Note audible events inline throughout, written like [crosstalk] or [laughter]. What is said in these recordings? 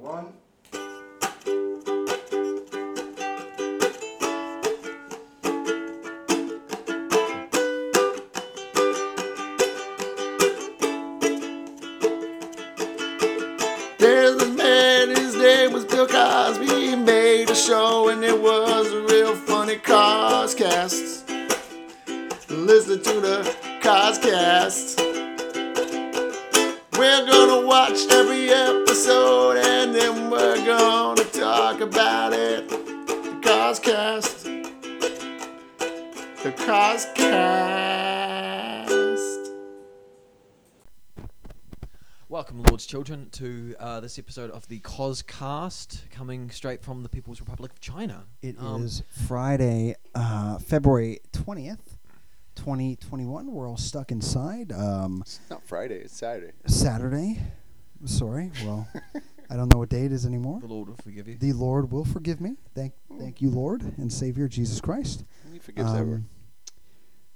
one. There's this man, his name was Bill Cosby. He made a show and it was a real funny Coscast. Listen to the Coscast. We're gonna watch every episode and then we're gonna talk about it. The Coscast. The Coscast. Welcome, Lord's Children, to uh, this episode of the Coscast, coming straight from the People's Republic of China. It is Um, Friday, uh, February 20th, 2021. We're all stuck inside. Um, It's not Friday, it's Saturday. Saturday. Sorry. Well, I don't know what day it is anymore. The Lord will forgive you. The Lord will forgive me. Thank, thank you, Lord and Savior Jesus Christ. He forgives everyone. Um,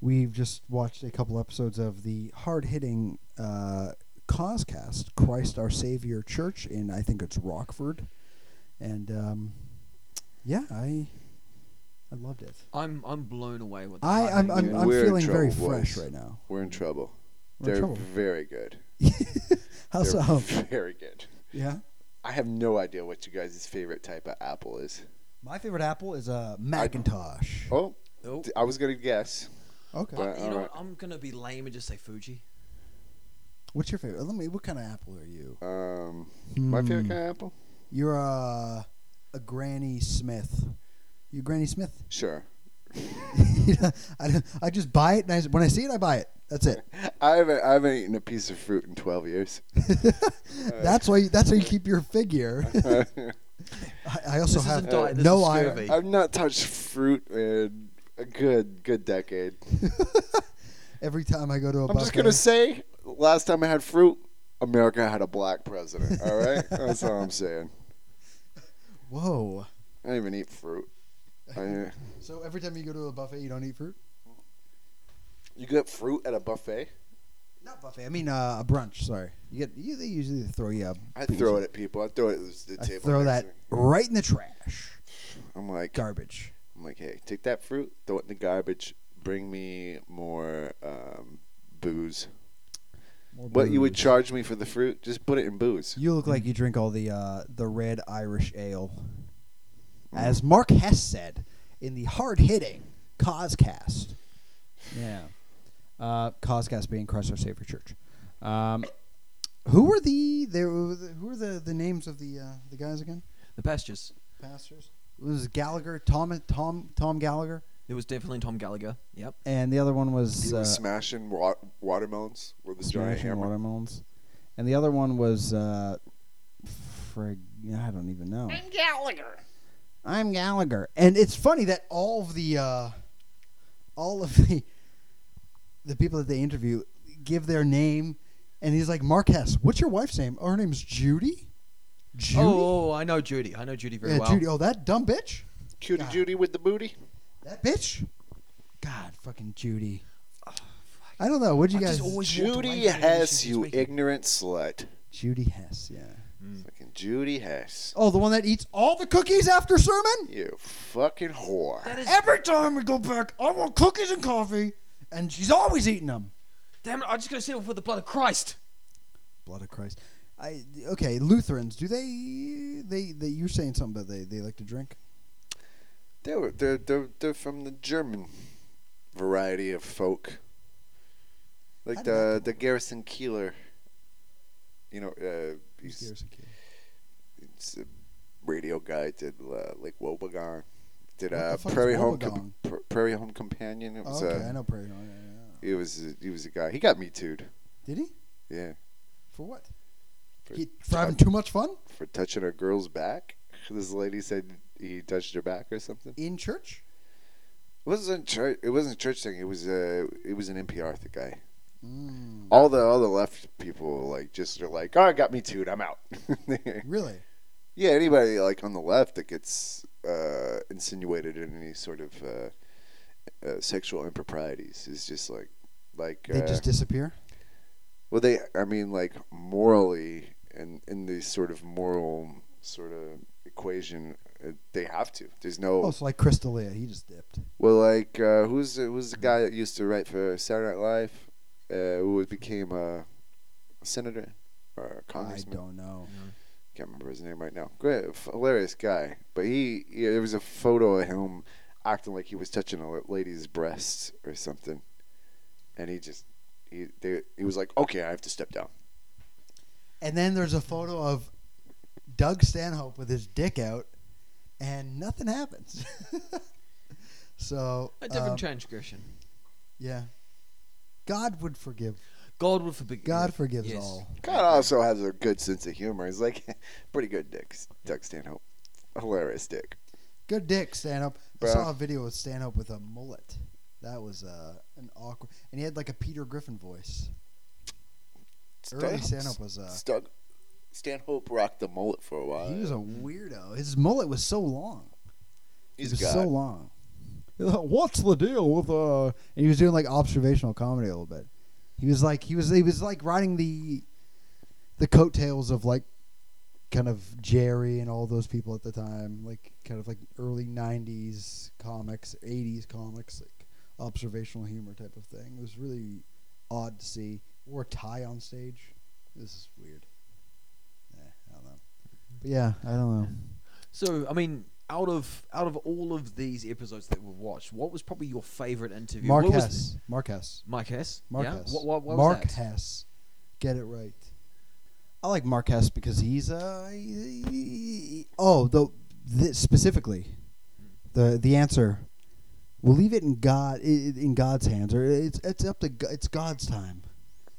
We've just watched a couple episodes of the hard-hitting uh, Causecast, Christ Our Savior Church in I think it's Rockford, and um, yeah, I I loved it. I'm I'm blown away with. the I, I'm, timing. I'm, you. I'm We're in feeling very trouble, boys. fresh right now. We're in trouble. We're in They're trouble. very good. [laughs] How They're so? [laughs] very good. um, Yeah. I have no idea what you guys' favorite type of apple is. My favorite apple is a Macintosh. Oh, Oh, I was gonna guess. okay. but- I- you know, alright. what, I'm gonna be lame and just say Fuji. What's your favorite? Let me. What kind of apple are you? Um, my favorite Hmm. kind of apple? You're a, a Granny Smith. You Granny Smith? [laughs] Sure. I, don't- I just buy it, and I, when I see it, I buy it. That's it. [laughs] I haven't I haven't eaten a piece of fruit in twelve years. that's why. You, that's how you keep [laughs] your figure. I, I also This have isn't diet, this no is iron. scurvy. I've not touched fruit in a good good decade. [laughs] Every time I go to a I'm just gonna say, last time I had fruit, America had a black president. All [laughs] right, that's all I'm saying. Whoa! I don't even eat fruit. I, So every time you go to a buffet, you don't eat fruit. you get fruit at a buffet? Not buffet. I mean uh, a brunch. Sorry. You get. You, they usually throw you. A, I throw it at people. I throw it at the I table. throw next that to me. right in the trash. I'm like, Garbage. I'm like, hey, take that fruit, throw it in the garbage. Bring me more um, booze. More What you would booze. charge me for the fruit? Just put it in booze. You look like you drink all the uh, the red Irish ale. Mm. As Mark Hess said in the hard hitting Coscast. Yeah. Uh, Coscast being Christ Our Savior Church. Um, who were the there were the- who were the, the names of the uh, the guys again? The pastures. Pastors? It was Gallagher, Tom Tom Tom Gallagher, There was definitely Tom Gallagher. Yep. and the other one was, He uh, was smashing wa- watermelons with a giant Smashing hammer. Watermelons, and the other one was uh, frig. I don't even know. I'm Gallagher. I'm Gallagher, and it's funny that all of the uh, all of the the people that they interview give their name, and he's like Marquez. What's your wife's name? Oh, her name's Judy. Judy. Oh, oh, I know Judy. I know Judy very yeah, well. Judy. Oh, that dumb bitch. Cutie God. Judy with the booty. That bitch. God, fucking Judy. I don't know. What'd you Oh, I guys? just always walked away Judy from her when Hess, she was you speaking. ignorant slut. Judy Hess. Yeah. Fucking Judy Hess. Oh, the one that eats all the cookies after sermon. You fucking whore. That is. Every time we go back, I want cookies and coffee, and she's always eating them. Damn it! I'm just gonna settle for the blood of Christ. blood of Christ. I okay, Lutherans. Do they they they you're saying something about they they like to drink? They were they're, they're they're from the German variety of folk. Like I'd like the to- the Garrison Keeler. You know, uh, he's, he's a radio guy. Did uh, Lake Wobegon. Did What the uh, fuck is Prairie Home Com- Pra- Prairie Home Companion. It was Oh, okay, uh, I know Prairie Home. yeah, yeah, yeah. It was a- he was a guy. He got me too'd. Did he? Yeah, For what? For- He, for having too much fun for touching a girl's back. [laughs] This lady said he touched her back or something. in church. It wasn't church. It wasn't a church thing. It was uh, it was an NPR th- guy. Mm, All the all the left people like just are like, oh, I got me too'd. I'm out. [laughs] really? yeah, anybody like on the left that gets uh, insinuated in any sort of uh, uh, sexual improprieties is just like like They uh, just disappear. Well, they, I mean, like morally, and in these sort of moral sort of equation. Uh, They have to. There's no. Oh, it's like Crystalia. He just dipped. Well, like uh, who's the, who's the guy that used to write for Saturday Night Live, uh, who became a senator or a congressman? I don't know. Can't remember his name right now. Great, f- hilarious guy. But he, yeah, there was a photo of him acting like he was touching a lady's breast or something, and he just he they, he was like, okay, I have to step down. And then there's a photo of Doug Stanhope with his dick out, and nothing happens. [laughs] so A different um, transgression. yeah, God would forgive. God will forbid. God forgives Yes. all. God also has a good sense of humor. He's like, [laughs] pretty good dick, Doug Stanhope. Hilarious dick. Good dick, Stanhope. I Bruh. saw a video of Stanhope with a mullet. That was uh, an awkward, and he had like a Peter Griffin voice. Early Stanhope was uh, Stug- Stanhope rocked the mullet for a while. he was a weirdo. His mullet was so long. He's it was God. so long. [laughs] He was like, What's the deal with uh? And he was doing like observational comedy a little bit. He was like he was he was like riding the, the coattails of like, kind of Jerry and all those people at the time, like kind of like early '90s comics, '80s comics, like observational humor type of thing. It was really odd to see. Wore a tie on stage. This is weird. Yeah, I don't know. But yeah, I don't know. So I mean, out of out of all of these episodes that we've watched, what was probably your favorite interview? Mark What was- Hess. Mark Hess. Mike Hess. Mark yeah? Hess. What, what, what Mark was that? Hess. Get it right. I like Marquez because he's uh, he- he- he- Oh, the, the specifically, the the answer. We'll leave it in God i- i- in God's hands, or it's it's up to Go- it's God's time.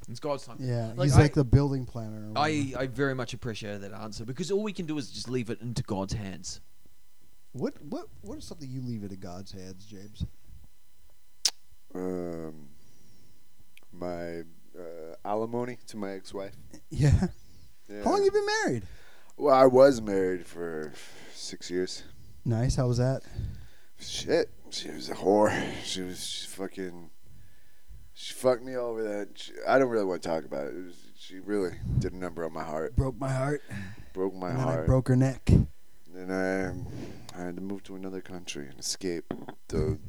It's God's time. Yeah, Like, he's I- like the building planner. or I, whatever. I very much appreciate that answer because all we can do is just leave it into God's hands. what what what is something you leave it in God's hands, [laughs] James? um, my uh, alimony to my ex-wife. Yeah. Yeah. How long you been married? Well, I was married for six years. Nice. How was that? Shit, she was a whore. She was she fucking. She fucked me over that. She, I don't really want to talk about it. it was, she really did a number on my heart. Broke my heart. Broke my and then heart. I broke her neck. And um, I, I had to move to another country and escape the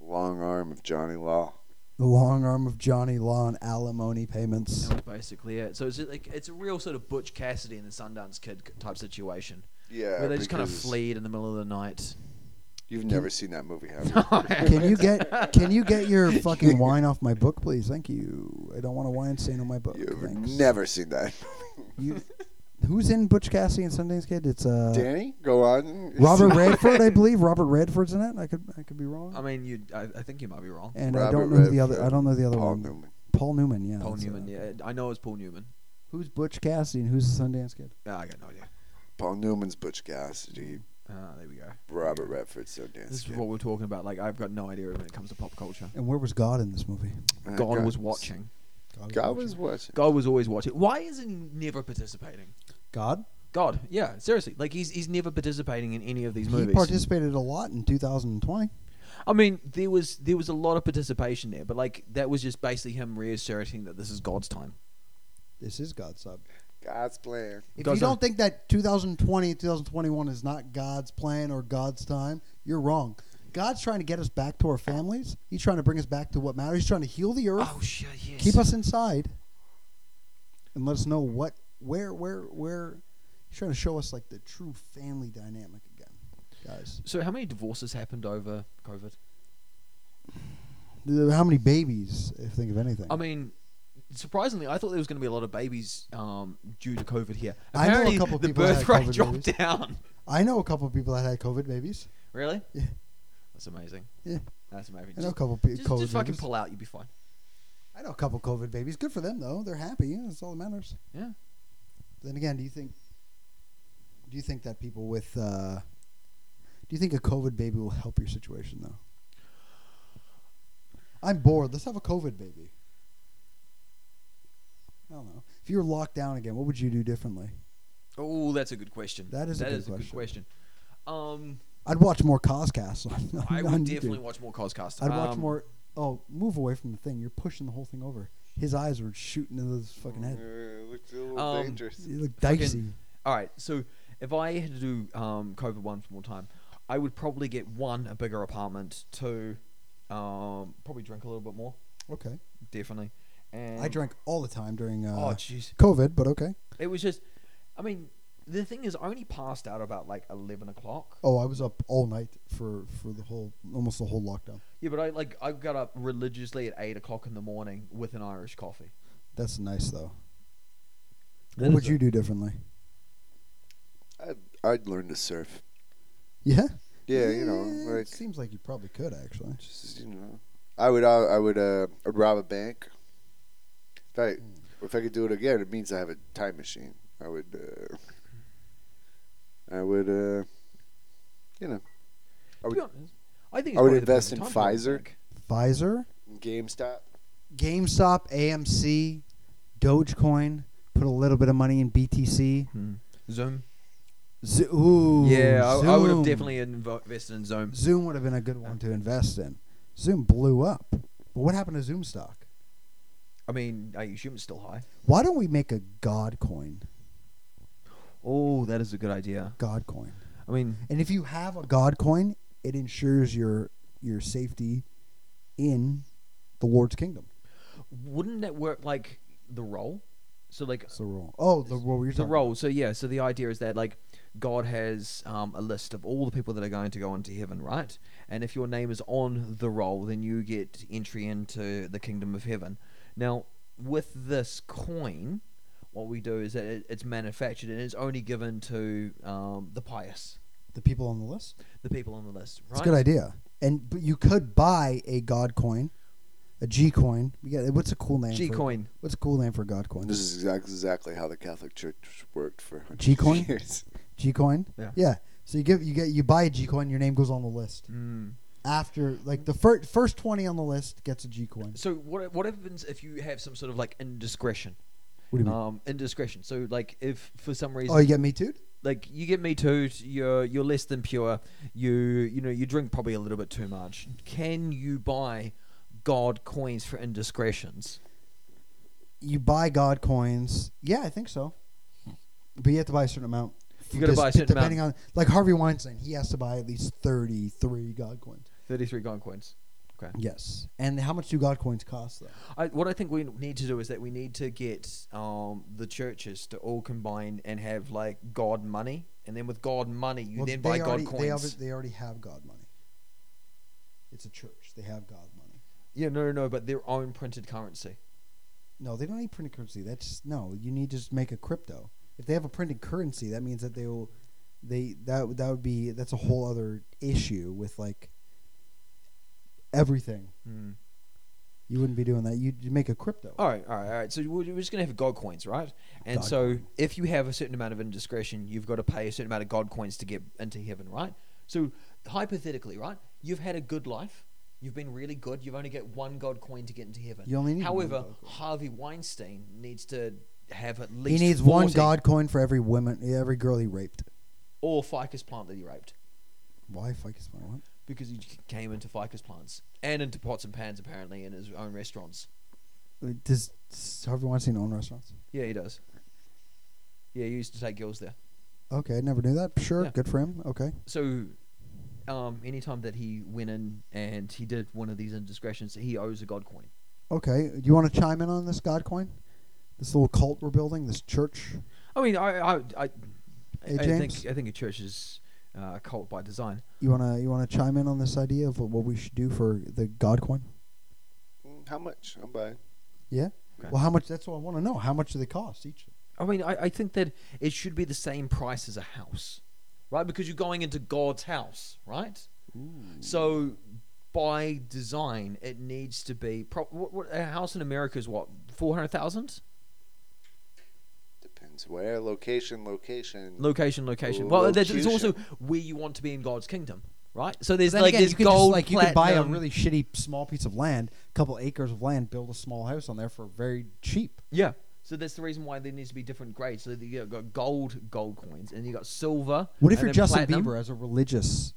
long arm of Johnny Law. The long arm of Johnny Law and alimony payments. That was basically it. So it's like it's a real sort of Butch Cassidy and the Sundance Kid type situation Yeah, where they just kind of because fleed in the middle of the night. You've never seen that movie, [laughs] have you? [laughs] Can [laughs] you get can you get your fucking wine off my book, please? Thank you. I don't want a wine stain on my book. You've Thanks. never seen that. [laughs] You- who's in Butch Cassidy and Sundance Kid? It's uh Danny, go on. [laughs] Robert Redford, I believe. Robert Redford's in it. I could I could be wrong. I mean, you I, I think you might be wrong. and I Robert don't know the other. I Redford, don't know the other Paul one. Newman. Paul Newman. Yeah. Paul that's Newman. it. Yeah, I know it's Paul Newman. Who's Butch Cassidy and who's the Sundance Kid? Yeah, I got no idea. Paul Newman's Butch Cassidy. Ah, there we go. Robert Redford, so This dance. is what we're talking about. Like I've got no idea when it comes to pop culture. And where was God in this movie? God was watching. Uh, God was watching. God was always watching. Why isn't he never participating? God. God, yeah, seriously. Like he's he's never participating in any of these He movies. participated a lot in 2020. I mean, there was there was a lot of participation there, but like that was just basically him reasserting that this is God's time. This is God's sub. God's plan. If God's you time. don't think that 2020 2021 is not God's plan or God's time, you're wrong. God's trying to get us back to our families. He's trying to bring us back to what matters. He's trying to heal the earth, Oh shit, yes. keep us inside, and let us know what, where, where, where. He's trying to show us like the true family dynamic again, guys. So how many divorces happened over COVID? Th- How many babies, if think of anything? I mean, surprisingly, I thought there was going to be a lot of babies um, due to COVID here. I know a Apparently, couple the people birth that had rate COVID dropped babies. down. [laughs] I know a couple of people that had COVID babies. Really? Yeah. That's amazing. Yeah. That's amazing. I know a Just, couple pe- just, COVID just fucking babies. pull out, you'll be fine. I know a couple COVID babies. Good for them though. They're happy. That's all that matters. Yeah. Then again, do you think do you think that people with uh, do you think a COVID baby will help your situation though? I'm bored. Let's have a COVID baby. I don't know. If you were locked down again, what would you do differently? Oh, that's a good question. That is a good question. Um, I'd watch more Coscast [laughs] on, on, I would on definitely YouTube. watch more Coscast. I'd watch Um, more. Oh, move away from the thing. You're pushing the whole thing over. His eyes were shooting into his fucking head. Uh, looked a little Um, dangerous. It looked Fucking- dicey. All right. So if I had to do um, COVID one more time, I would probably get one a bigger apartment. Two, um, probably drink a little bit more. Okay. Definitely. And I drank all the time during uh, oh jeez. COVID, but okay. It was just. I mean, the thing is, I only passed out about like eleven o'clock. Oh, I was up all night for for the whole almost the whole lockdown. Yeah, but I like I got up religiously at eight o'clock in the morning with an Irish coffee. That's nice though. That what is would a- you do differently? [laughs] I'd, I'd learn to surf. Yeah. Yeah, you know, Eh, like seems like you probably could actually. just you know, I would uh, I would uh I'd rob a bank. If I if I could do it again, it means I have a time machine. I would uh, I would uh, you know, I To would be honest, I think it's I would probably the invest perfect in time for it, I Pfizer. think. Pfizer, GameStop. GameStop, AMC, Dogecoin. Put a little bit of money in BTC. Hmm. Zoom. Z- ooh, yeah, I, I would have Zoom. definitely invo- invested in Zoom. Zoom would have been a good one to invest in. Zoom blew up. But what happened to Zoom stock? I mean, I assume it's still high. Why don't we make a God coin? Oh, that is a good idea. God coin. I mean, And if you have a God coin, it ensures your your safety in the Lord's kingdom. wouldn't it work like the role? So like That's the rule. Oh, the rule you're the talking role. So yeah. So the idea is that like God has um, a list of all the people that are going to go into heaven, right? And if your name is on the roll, then you get entry into the kingdom of heaven. Now, with this coin, what we do is that it, it's manufactured and it's only given to um, the pious, The people on the list. the people on the list, right? It's a good idea. And but you could buy a God coin, a G coin. We got what's a cool name? for- G coin. What's a cool name for a God coin? This is exact, exactly how the Catholic Church worked for hundreds of G-coin? years. G coin. Yeah. Yeah. So you give you get you buy a G coin. Your name goes on the list. Mm. After like the first first twenty on the list gets a G coin. So what what happens if you have some sort of like indiscretion? What do you mean? Um, indiscretion. So like if for some reason oh, you get me too. like you get me too, you're you're less than pure. You you know you drink probably a little bit too much. Can you buy God coins for indiscretions? You buy God coins. Yeah, I think so. But you have to buy a certain amount. You gotta Just buy a certain depending on like Harvey Weinstein. He has to buy at least thirty three God coins. Thirty three God coins. Okay. Yes. And how much do God coins cost though? I, what I think we need to do is that we need to get um, the churches to all combine and have like God money, and then with God money, you Well, then buy they already, God coins. They already, they already have God money. It's a church. They have God money. yeah, no, no, no, but their own printed currency. No, they don't need printed currency. That's no. You need to just make a crypto. If they have a printed currency, that means that they will. They that would- that would be that's a whole other issue with like everything. Hmm. You wouldn't be doing that. You'd you'd make a crypto. All right, all right, all right. So we're we're just going to have god coins, right? And God so if you have a certain amount of indiscretion, you've got to pay a certain amount of god coins to get into heaven, right? So hypothetically, right? You've had a good life. You've been really good. You've only get one god coin to get into heaven. You only need one However, God coin. Harvey Weinstein needs to have at he least needs one 40 God coin for every woman, every girl he raped. or ficus plant that he raped Why ficus plant? What? because he c- came into ficus plants and into pots and pans apparently in his own restaurants. Uh, Does does Harvey Weinstein own restaurants? Yeah, he does. Yeah, he used to take girls there. Okay, I never knew that. Sure, Yeah. good for him. Okay. so um, anytime that he went in and he did one of these indiscretions, he owes a god coin. Okay, do you want to chime in on this God coin? This little cult we're building, this church. I mean, I I, I, Hey, I James? think I think a church is uh, a cult by design. You wanna you wanna chime in on this idea of what, what we should do for the God coin? Mm, How much? I'm buying. Yeah. Okay. Well, how much? That's what I want to know. How much do they cost each? I mean, I, I think that it should be the same price as a house, right? Because you're going into God's house, right? So by design, it needs to be pro- what, what, a house in America is what four hundred thousand. Depends where, location, location. Location, location. Ooh, Well, there's it's also location. where you want to be in God's kingdom, right? So there's Then like again, this you could gold, just, like you could buy a platinum- really shitty small piece of land, a couple acres of land, build a small house on there for very cheap. yeah. So that's the reason why there needs to be different grades. So you got gold, gold coins, and you got silver. What if and you're then Justin platinum. Bieber as a religious,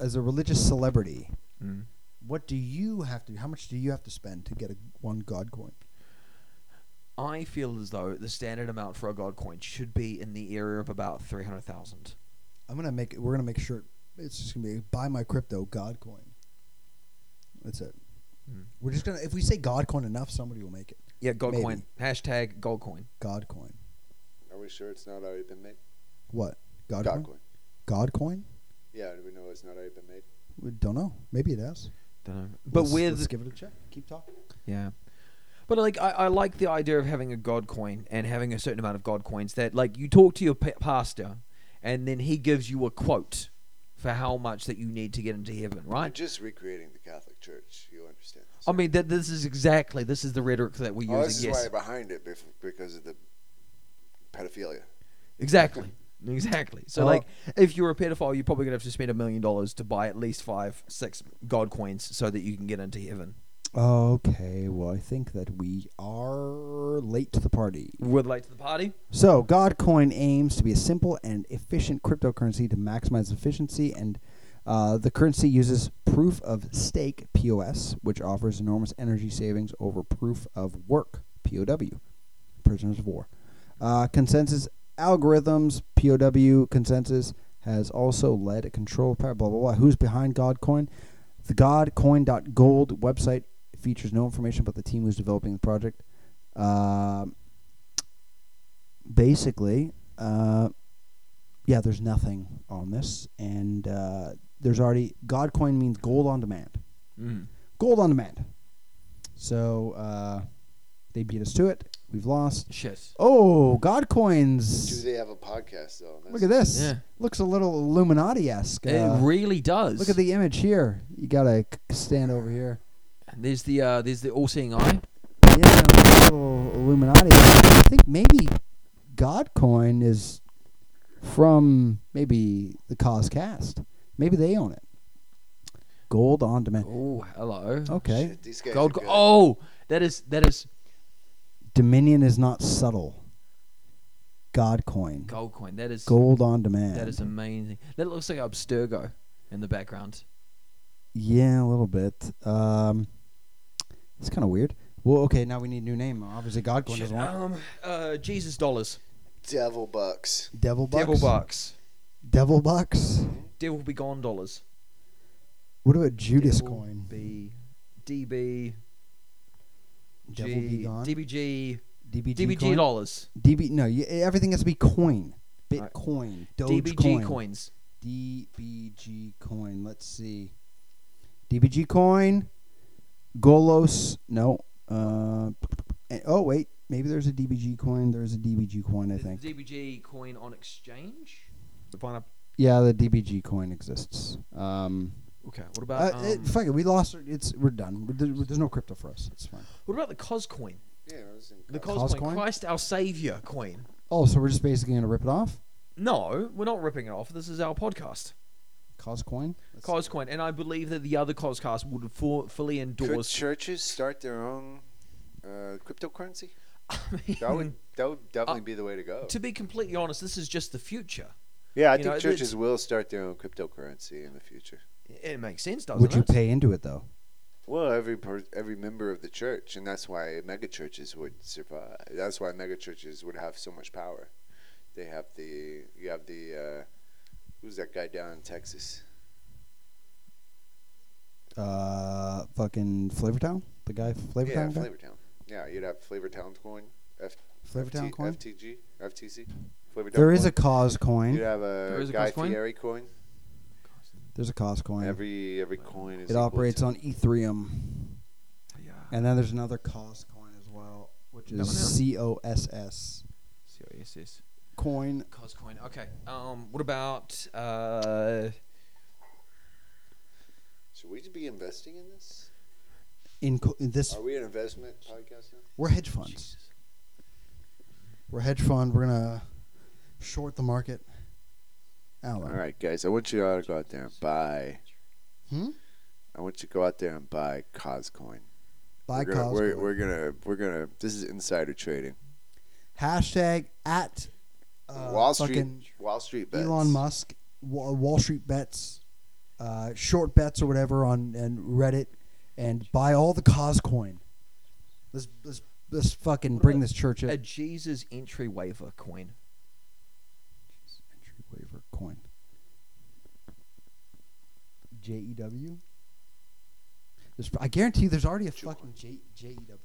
as a religious celebrity? Mm. What do you have to? How much do you have to spend to get a one God coin? I feel as though the standard amount for a god coin should be in the area of about three hundred thousand. I'm gonna make. We're gonna make sure it's just gonna be buy my crypto God coin. That's it. Mm. We're just gonna if we say God coin enough, somebody will make it. Yeah, god Maybe. coin. Hashtag god coin. God coin. Are we sure it's not already been made? What? God, coin? Dogecoin. God coin? Yeah, do we know it's not already been made? We don't know. Maybe it has. Don't know. But let's, with let's give it a check. Keep talking. Yeah. But like I, I like the idea of having a god coin and having a certain amount of god coins that like you talk to your pa- pastor and then he gives you a quote for how much that you need to get into heaven, I'm right? just recreating the Catholic Church. You understand this? I mean that this is exactly this is the rhetoric that we're oh, this is using. why Yes, I'm behind it bef- because of the pedophilia. exactly, exactly. So Oh. like if you're a pedophile, you're probably gonna have to spend a million dollars to buy at least five, six god coins so that you can get into heaven. Okay. Well, I think that we are late to the party. We're late to the party. So, Godcoin aims to be a simple and efficient cryptocurrency to maximize efficiency, and uh, the currency uses proof of stake (POS), which offers enormous energy savings over proof of work (POW), prisoners of war. Uh, consensus algorithms (POW) consensus has also led a control power. Blah blah blah. Who's behind Godcoin? The Godcoin.gold website features no information about the team who's developing the project. Um basically, uh, yeah, there's nothing on this, and uh, there's already Godcoin means gold on demand. Mm. Gold on demand. So uh, they beat us to it. We've lost. Shit. Oh, Do Godcoins! they have a podcast though? Look at this. Yeah. Looks a little Illuminati esque. it really does. look at the image here. You gotta c- stand over here. There's the uh, there's the all-seeing eye. Yeah, a little Illuminati. I think maybe Godcoin is from maybe the Cause Cast. Maybe they own it. Gold on demand. Oh, hello. Okay. Shit, these guys Gold. are Co- good. oh, that is that is Dominion is not subtle. Godcoin. gold coin. That is Gold on demand. That is amazing. That looks like Abstergo in the background. yeah, a little bit. Um, it's kind of weird. Well, okay, now we need a new name. Obviously, Godcoin Shit, doesn't want um, uh, Jesus dollars. Devil bucks. it. Devil Bucks. Devil bucks. Devil Bucks. Devil be gone dollars. What about Judas Devil Coin? Be DB. Devil be gone. DBG. DBG, DBG coin? dollars. DB no, you, everything has to be coin. Alright. Bitcoin, DBG Dogecoin, coins. DBG coin. Let's see. DBG coin, Golos. No. Uh, and- oh wait, maybe there's a DBG coin. There's a DBG coin, I Is think. DBG coin on exchange. Fine, up- Yeah, the DBG coin exists. Um, Okay. What about uh, um, it, fuck it, we lost. our- It's we're done. We're- there- there's no crypto for us. It's fine. what about the Cos coin? Yeah, I was in The college. Cos, coin. Coscoin? Christ our Savior coin. Oh, so we're just basically gonna rip it off. No, we're not ripping it off. This is our podcast. Coscoin. Let's- Coscoin, and I believe that the other Coscast would fu- fully Could endorse. churches start their own uh, cryptocurrency? [laughs] I mean, That would that would definitely Uh, be the way to go. to be completely honest, this is just the future. yeah, I you think know, churches it's- will start their own cryptocurrency in the future. It makes sense, doesn't Would you it? pay into it though? Well, every per- every member of the church, and that's why megachurches would survive. That's why megachurches would have so much power. They have the you have the uh, who's that guy down in Texas? uh, fucking Flavortown? The guy Flavortown yeah, guy? Flavortown. Yeah, you'd have Flavortown coin, F- Flavortown FT- coin? FTG, FTC. Flavortown there is coin. a cause coin. You'd have There a is a Guy cost coin? Fieri coin. There's a cause coin. Every every coin is it equal operates to- on Ethereum. Yeah. And then there's another cause coin as well, which That one there? is C O S S CISS. coin. Coscoin. Okay. Um. What about uh? Should we be investing in this? In, co- in this, Are we an investment podcast now? we're hedge funds. We're a hedge fund. We're gonna short the market. Alan, All right, guys. I want you all to go out there and buy. Hmm? I want you to go out there and buy Coscoin. buy we're gonna, We're, Coscoin. we're gonna. We're gonna. This is insider trading. Hashtag at uh, Wall Street. fucking Wall Street bets. Elon Musk, Wa- Wall Street bets, uh, short bets or whatever on and Reddit, and buy all the Coscoin. Let's let's let's fucking bring this church A up. Jesus entry waiver coin. Entry waiver coin. J E W. There's, I guarantee there's already a fucking J J E W.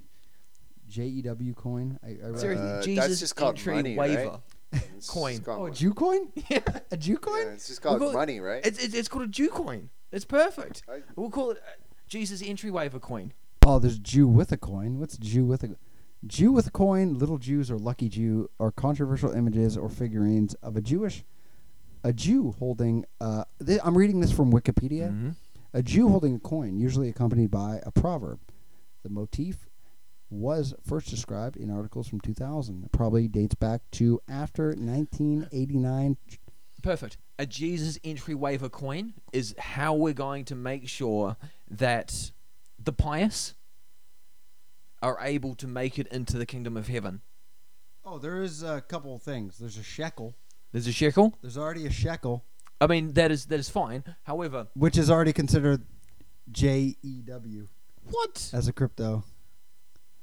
J E W coin. I, I read. Seriously, Uh, that's Jesus just called entry money, right? waiver. [laughs] It's Coin. just called oh, a money. Jew coin? Yeah. A Jew Yeah, coin? it's just [laughs] [laughs] called We've got- money, right? It's, it's, it's called a Jew coin. It's perfect. I- We'll call it uh, Jesus entry waiver coin. Oh, there's Jew with a coin. What's Jew with a Jew with a coin? Little Jews or lucky Jew are controversial images or figurines of a Jewish a Jew holding. Uh, th- I'm reading this from Wikipedia. A Jew holding a coin, usually accompanied by a proverb. The motif was first described in articles from 2000. It probably dates back to after 1989. Perfect. A Jesus entry waiver coin is how we're going to make sure that the pious are able to make it into the kingdom of heaven. Oh, there is a couple of things. There's a shekel. There's a shekel. There's already a shekel, I mean, that is that is fine. However, which is already considered E JEW. what? as a crypto,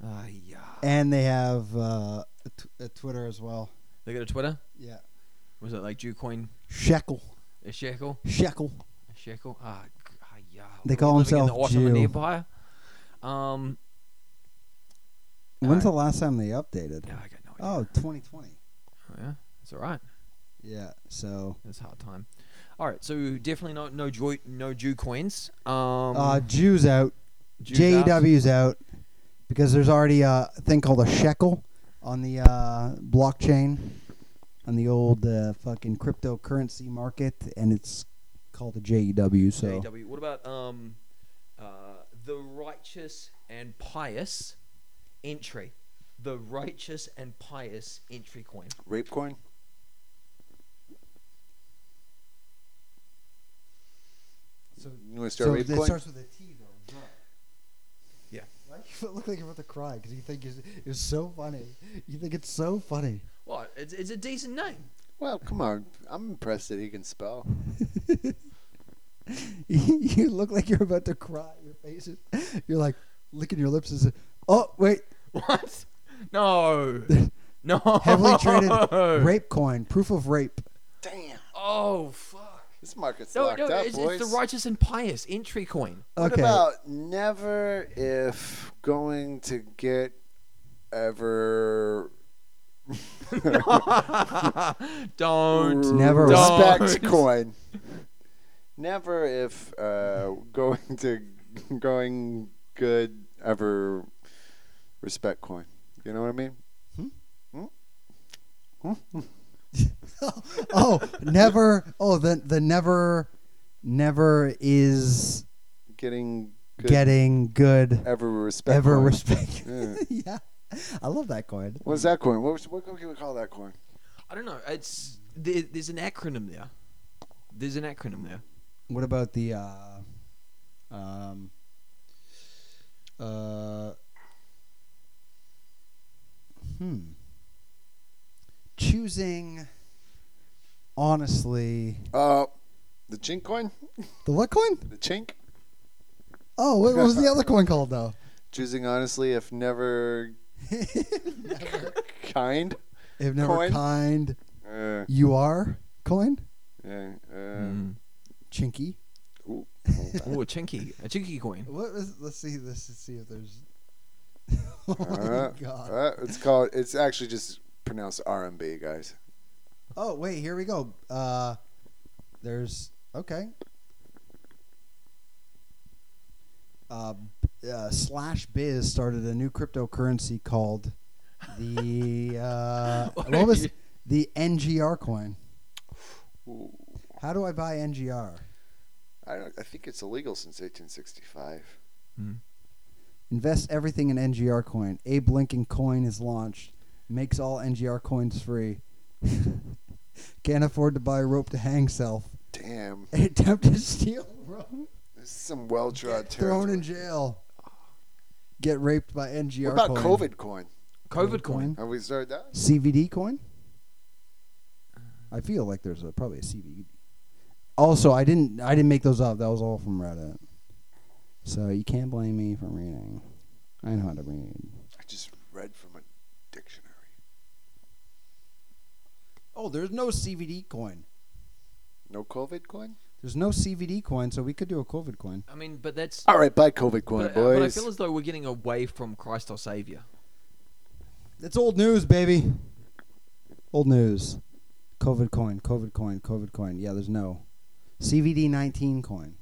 Ah, yeah. and they have uh, a, t- a Twitter as well. They got a Twitter. Yeah, Was it like Jew coin shekel, a shekel? shekel. A shekel. Ah, g- ah yeah. They We're call living in the themselves Ottoman Jew. Empire. Um. When's Alright. the last time they updated? Yeah, I got no idea. Oh, Oh, 2020. Yeah, it's all right. Yeah, so It's a hard time. All right, so definitely no no Jew no Jew coins. Um, uh, Jews out, Jews out. JEWs out, because there's already a thing called a shekel on the uh, blockchain, on the old uh, fucking cryptocurrency market, and it's called a JEW. So JW. What about um, uh, the righteous and pious entry? The righteous and pious entry coin. Rape coin? So- you want to start So rape it coin? starts with a T though. Zuck. Yeah. Why do you [laughs] look like you're about to cry? Because you think it's, it's so funny. You think it's so funny. [laughs] Well, it's, it's a decent name. Well, come on. I'm impressed that he can spell. you look like you're about to cry. Your face is. You're like licking your lips. Is oh wait, [laughs] What? [laughs] No. No. heavily [laughs] [laughs] traded rape coin, proof of rape. Damn. Oh fuck. This market's No, locked no, up, it's, boys. it's the righteous and pious entry coin. What okay. about never if going to get [laughs] ever [laughs] [laughs] Don't. Never Don't. respect [laughs] coin? Never if uh, going to going good ever respect coin. You know what I mean? [laughs] oh, never. Oh, the the never, never is Getting good getting good. ever respect. Ever coin. respect. Yeah. [laughs] yeah, I love that coin. What's that coin? What, was- what can we call that coin? I don't know. It's there, there's an acronym there. There's an acronym there. What about the uh, um, uh, hmm, choosing honestly Uh, the chink coin. the what coin? The chink. Oh, what was the other coin called [laughs] though? Choosing honestly, if never kind. If never Coin? kind Uh, you are coin, yeah. Uh, Mm. Hmm. chinky. ooh. Oh, a chinky, a chinky coin. [laughs] What was? Let's see. Let's see if there's. [laughs] [laughs] oh my Uh, god. uh, it's called. It's actually just pronounced RMB, guys. Oh wait, here we go. Uh, there's okay. Uh, uh, Slash Biz started a new cryptocurrency called the uh, what was the NGR coin. Ooh. How do I buy NGR? I don't. I think it's illegal since 1865. Invest everything in NGR coin. Abe Lincoln coin is launched. Makes all NGR coins free. [laughs] Can't afford to buy rope to hang self. [laughs] Damn, Attempt to steal rope. this is some well-trod territory. thrown in jail. Get raped by NGR. what about coin. COVID coin? COVID coin. Have we started that? CVD coin. I feel like there's a, probably a CVD. Also, I didn't I didn't make those up. That was all from Reddit. So you can't blame me for reading. I know how to read. I just read Dictionary. Oh, there's no CVD coin. No COVID coin? There's no CVD coin, so we could do a COVID coin. I mean, but that's. All right, buy COVID coin, But, uh, but I boys. feel as though we're getting away from Christ our Savior. That's old news, baby. Old news. COVID coin, COVID coin, COVID coin. Yeah, there's no CVD 19 coin.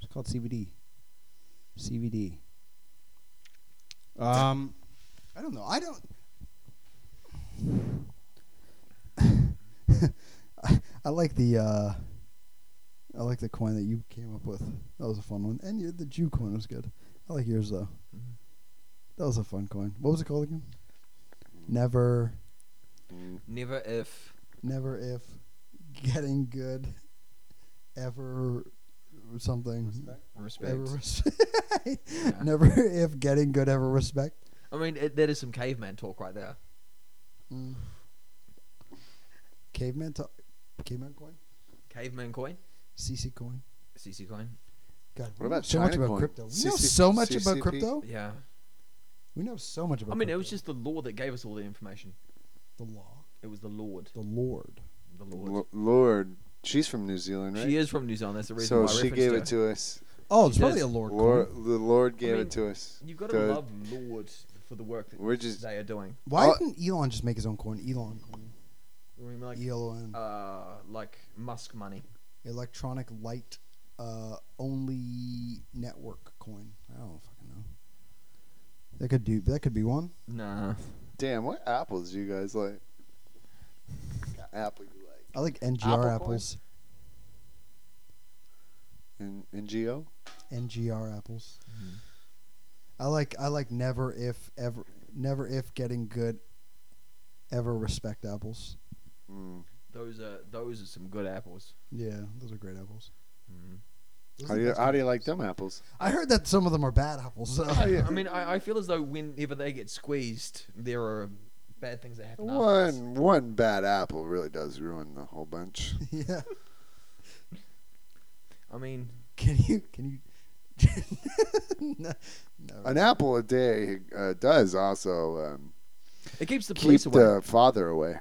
It's called CVD. CVD. Um, I don't know. I don't. I, [laughs] I like the uh, I like the coin that you came up with. That was a fun one, and you, the Jew coin was good. I like yours though. Mhm. That was a fun coin. What was it called again? Never, Mm, Never if. never if getting good ever something. Respect. Ever res- [laughs] never if getting good ever respect. I mean, it, that is some caveman talk right there. Mm. Caveman, to- caveman coin, Caveman coin, CC coin. CC coin. God, What about so much China about coin? crypto? We know CC so much about CCP? crypto. Yeah. We know so much about. I mean, it crypto. was just the law that gave us all the information. the law, It was the Lord. the Lord. The Lord. L- Lord, she's from New Zealand, right? She is from New Zealand. That's the reason So why I she referenced gave her. it to us. Oh, it's She probably does. a Lord. Lord, coin. the Lord gave mean, it to us. You've got to The- love Lord for the work that We're just- they are doing. Why Oh. didn't Elon just make his own coin? Elon coin. E I mean, like, ELON. uh, like Musk money. Electronic Light uh, Only Network coin. I don't fucking know. That could do. That could be one. Nah. Damn, what apples do you guys like? What apple you like? I like NGR Apple coin? apples. N- NGO? NGR apples. Mm-hmm. I like. I like never if ever never if getting good. Ever respect apples. Mm. Those are those are some good apples. Yeah, those are great apples. Mm. Those How are do the you best how do you apples. like them apples? I heard that some of them are bad apples. So. Oh, I mean, I, I feel as though whenever they get squeezed, there are bad things that happen. afterwards. One one bad apple really does ruin the whole bunch. [laughs] yeah. I mean, Can you? Can you? [laughs] no, no. An apple a day uh, does also um, it keeps the keep police away. the father away.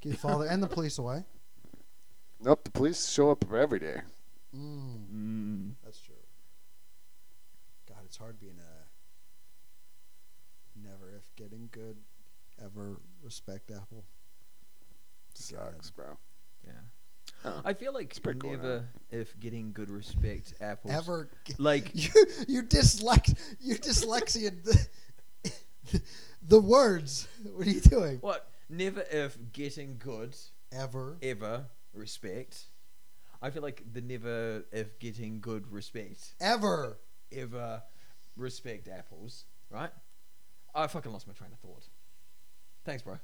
Get your father and the police away. Nope, the police show up every day. Mm, Mm. that's true. God, it's hard being a never if getting good ever respect Apple. Sucks, bro. Yeah. Huh. I feel like pretty cool, never if getting good respect apples Ever get, like [laughs] you you dyslex you dyslexia [laughs] the, the words. What are you doing? what never if getting good Ever ever respect. I feel like the never if getting good respect ever ever respect apples, right? I fucking lost my train of thought. Thanks, bro.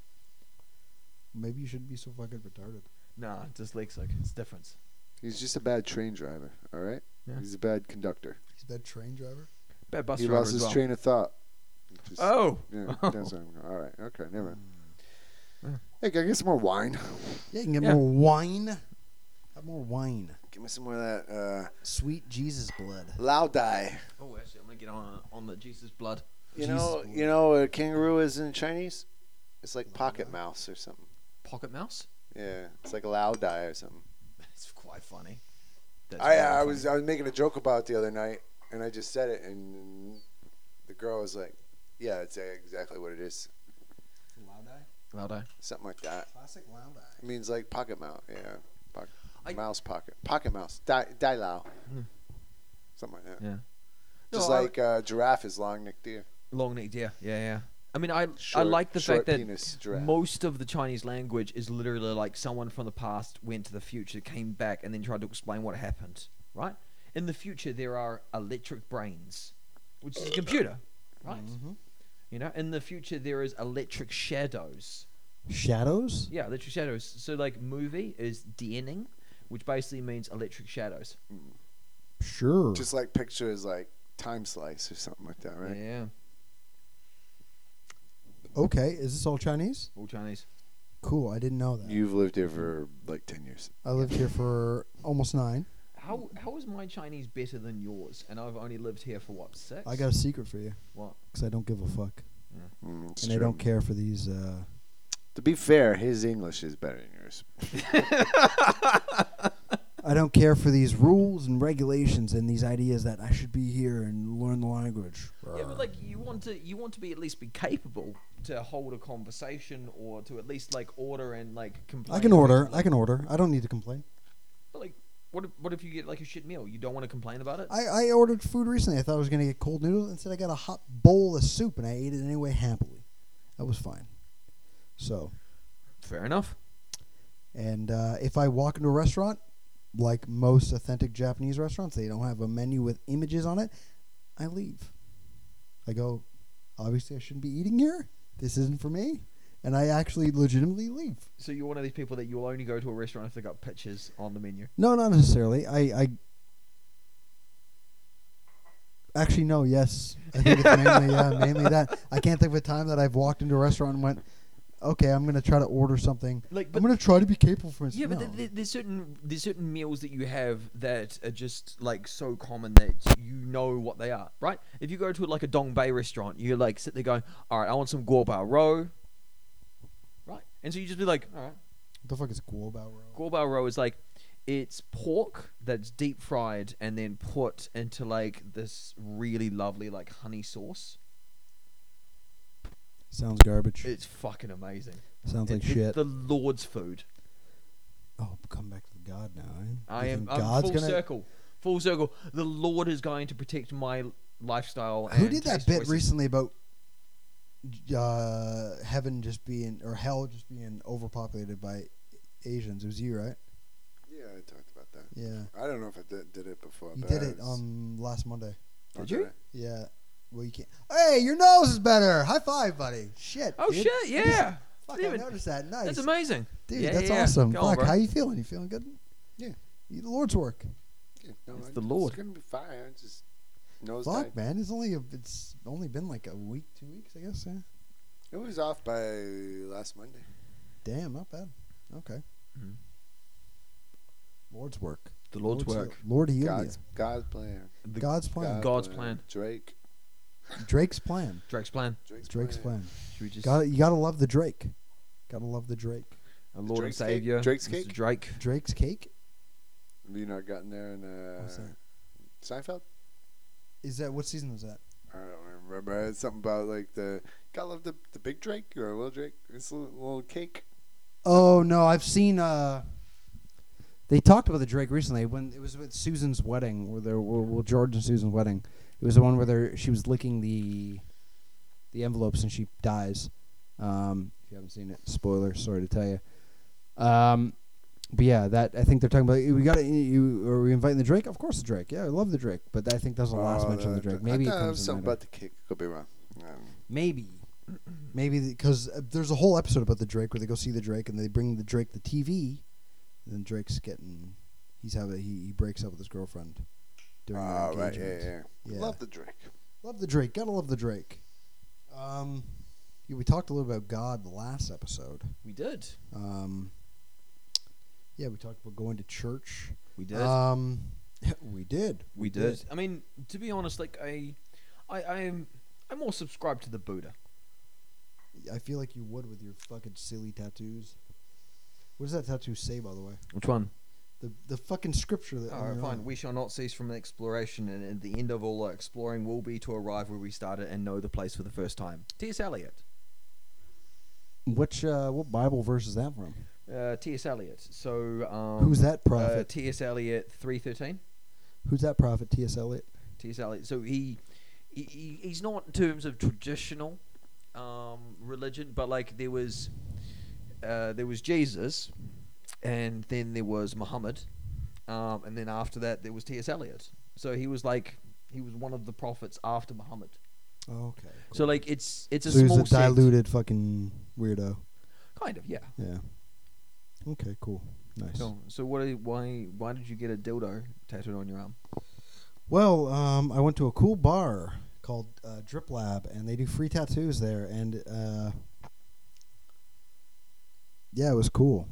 Maybe you shouldn't be so fucking retarded. Nah, dyslexic. It's different. He's just a bad train driver. All right, Yeah. he's a bad conductor. He's a bad train driver. Bad bus he driver lost as his well. train of thought. Just- Oh. [laughs] Yeah, [laughs] Oh. that's what I'm going. All right, okay, never mind. Hmm. Yeah. Hey, can I get some more wine? Yeah, you can get Yeah. more wine. Have more wine. Give me some more of that uh, Sweet Jesus blood. Laodai. Oh, actually, I'm gonna get on on the Jesus blood. You Jesus know, Lord. you know what a kangaroo is in Chinese? It's like pocket mouse or something. Pocket mouse. [laughs] Yeah, it's like Laodai or something. That's quite funny. That's I uh, really I funny. was I was making a joke about it the other night, and I just said it, and the girl was like, "Yeah, it's exactly what it is. Loud eye? Loud eye. Something like that. Classic loud eye. It means like pocket mouse. Yeah, pocket, I- mouse pocket, pocket mouse. Dai, dai lao. Hmm. Something like that. Yeah. Just No, I- like uh, giraffe is long neck deer. Long neck deer. Yeah, yeah. I mean, I Short- I like the short fact that penis giraffe. most of the Chinese language is literally like someone from the past went to the future, came back, and then tried to explain what happened. Right? In the future, there are electric brains, which is a computer, right? Mm-hmm. Mm-hmm. You know, in the future, there is electric shadows. Shadows? Yeah, electric shadows. So, like, movie is DNing, which basically means electric shadows. Sure. Just like picture is like time slice or something like that, right? Yeah, okay, is this all Chinese? all Chinese. Cool, I didn't know that. You've lived here for like ten years. I lived here for almost nine. How how is my Chinese better than yours? And I've only lived here for what six? I got a secret for you what? because I don't give a fuck. Mm, it's and they true. don't care for these. Uh, To be fair, his English is better than yours. I don't care for these rules and regulations and these ideas that I should be here and learn the language. Yeah, but like you want to you want to be at least be capable to hold a conversation or to at least like order and like complain. I can order. reasonably. I can order. I don't need to complain. But like, what if, what if you get like a shit meal? You don't want to complain about it. I, I ordered food recently. I thought I was going to get cold noodles. Instead, I got a hot bowl of soup, and I ate it anyway happily. That was fine. So, Fair enough. and uh, if I walk into a restaurant, like most authentic Japanese restaurants, they don't have a menu with images on it. I leave. I go, obviously, I shouldn't be eating here. This isn't for me. And I actually legitimately leave. So you're one of these people that you'll only go to a restaurant if they got pictures on the menu. No, not necessarily. I, I actually no. Yes, I think it's [laughs] mainly yeah, mainly that. I can't think of a time that I've walked into a restaurant and went, "Okay, I'm gonna try to order something. Like, I'm but gonna try to be capable for myself." yeah, but No. th- th- there's certain there's certain meals that you have that are just like so common that you know what they are, right? If you go to like a Dong Bay restaurant, you like sit there going, "All right, I want some guo bao roe," right? And so you just be like, "All right." what the fuck is guo bao roe? Gorbao roe is like it's pork that's deep fried and then put into like this really lovely like honey sauce. Sounds garbage. It's fucking amazing. Sounds like It- it's shit. the Lord's food. oh, come back to God now. Eh? I You am think I'm God's full gonna. circle. Full circle. The Lord is going to protect my lifestyle. Who and did that taste bit choices. recently about uh, heaven just being or hell just being overpopulated by Asians? It was you, right? Yeah, I talked about that. Yeah. I don't know if I did, did it before. You but did I it was- um last Monday. Oh, Did you? I? Yeah. Well, you can't. Hey, your nose is better. High five, buddy. Shit. Oh dude. shit! Yeah, Fuck, I Steven, noticed that. Nice, that's amazing. dude. Yeah, that's yeah, yeah. awesome. Go on, Fuck, bro. how you feeling? You feeling good? Yeah. You- The Lord's work. Yeah, no, It's I- the Lord. It's gonna be fine. I Just nose Fuck, dive. man. It's only a, it's only been like a week, two weeks, I guess. Yeah. It was off by last Monday. Damn, not bad. Okay. Mhm. Lord's work. The Lord's work. heal- Lord healed God's God's plan. you. God's plan. God- God's plan. Drake. Drake's plan. Drake's plan. Drake's, Drake's plan. Should we just Got you. Got to love the Drake. Got to love the Drake. a Lord Drake's and cake? Savior? Drake's Mr. cake? Drake. Drake's cake. Have you not gotten there in uh, What's that? Seinfeld? Is that what season was that? I don't remember. It's something about like the gotta love the the big Drake or little Drake. It's a little, little cake. Oh no, I've seen. Uh, they talked about the Drake recently when it was with Susan's wedding, where there were well, George and Susan's wedding. It was the one where there, she was licking the the envelopes and she dies. Um, if you haven't seen it, spoiler. Sorry to tell you. Um, but yeah, that I think they're talking about. We got you. Are we inviting the Drake? Of course, the Drake. Yeah, I love the Drake. But I think that's the last Oh, mention of the that- Drake. Maybe I it thought it comes was in something later. about the cake. Could be wrong. Um, Maybe. [clears throat] Maybe because there's a whole episode about the Drake where they go see the Drake and they bring the Drake the TV, and then Drake's getting he's having he, he breaks up with his girlfriend during oh, their right, yeah, engagement. yeah, yeah. Yeah. Love the Drake. Love the Drake, gotta love the Drake. Um, yeah, we talked a little about God the last episode. We did. Um, yeah, we talked about going to church. We did. Um, [laughs] we did. We did. I mean, to be honest, like I, I, I'm, I'm more subscribed to the Buddha. I feel like you would with your fucking silly tattoos. What does that tattoo say, by the way? Which one? The the fucking scripture that. Oh, fine. We shall not cease from exploration, and at the end of all our exploring will be to arrive where we started and know the place for the first time. T.S. Eliot. Which uh, what Bible verse is that from? Uh, T.S. Eliot. So um, Who's that Uh, prophet? T.S. Eliot, three thirteen. Who's that prophet? T. S. Eliot. T.S. Eliot. So he, he- he, he's not in terms of traditional um, religion, but like there was, uh, there was Jesus, and then there was Muhammad, um, and then after that there was T.S. Eliot. So he was like he was one of the prophets after Muhammad. Oh, Okay. So like it's it's a so he's small a sect. diluted fucking weirdo. kind of yeah. Yeah. Okay. Cool. Nice. So, so what? Are, why why did you get a dildo tattooed on your arm? Well, um, I went to a cool bar called uh, Drip Lab, and they do free tattoos there, and uh, yeah, it was cool.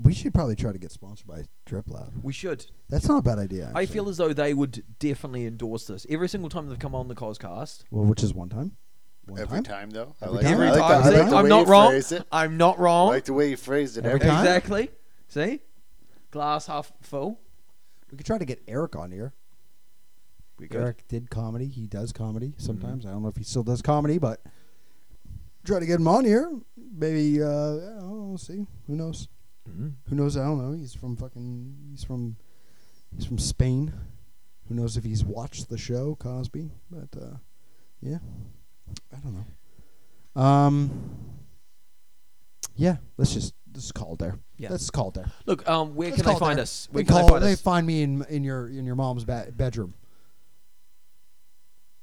We should probably try to get sponsored by Drip Lab. We should. That's not a bad idea. I actually. feel as though they would definitely endorse this. Every single time they've come on the Coscast, well, which is one time. One Every time, time? though. Every I like, time? Every I like The, I time. See, like the I'm way not you wrong. phrased it. I'm not wrong. I like the way you phrased it. Every Every time? time. exactly. See? Glass half full. We could try to get Eric on here. We Eric did comedy. He does comedy sometimes. I don't know if he still does comedy, but try to get him on here. Maybe uh, I don't know, we'll see. Who knows? Mhm. Who knows? I don't know. He's from fucking. He's from. He's from Spain. Who knows if he's watched the show Cosby? But uh, yeah, I don't know. Um. Yeah, let's just let's call it there. Yeah. let's call it there. Look, um, where Let's can they call it find there. us? Where They can call- they find they us? find me in in your in your mom's ba- bedroom.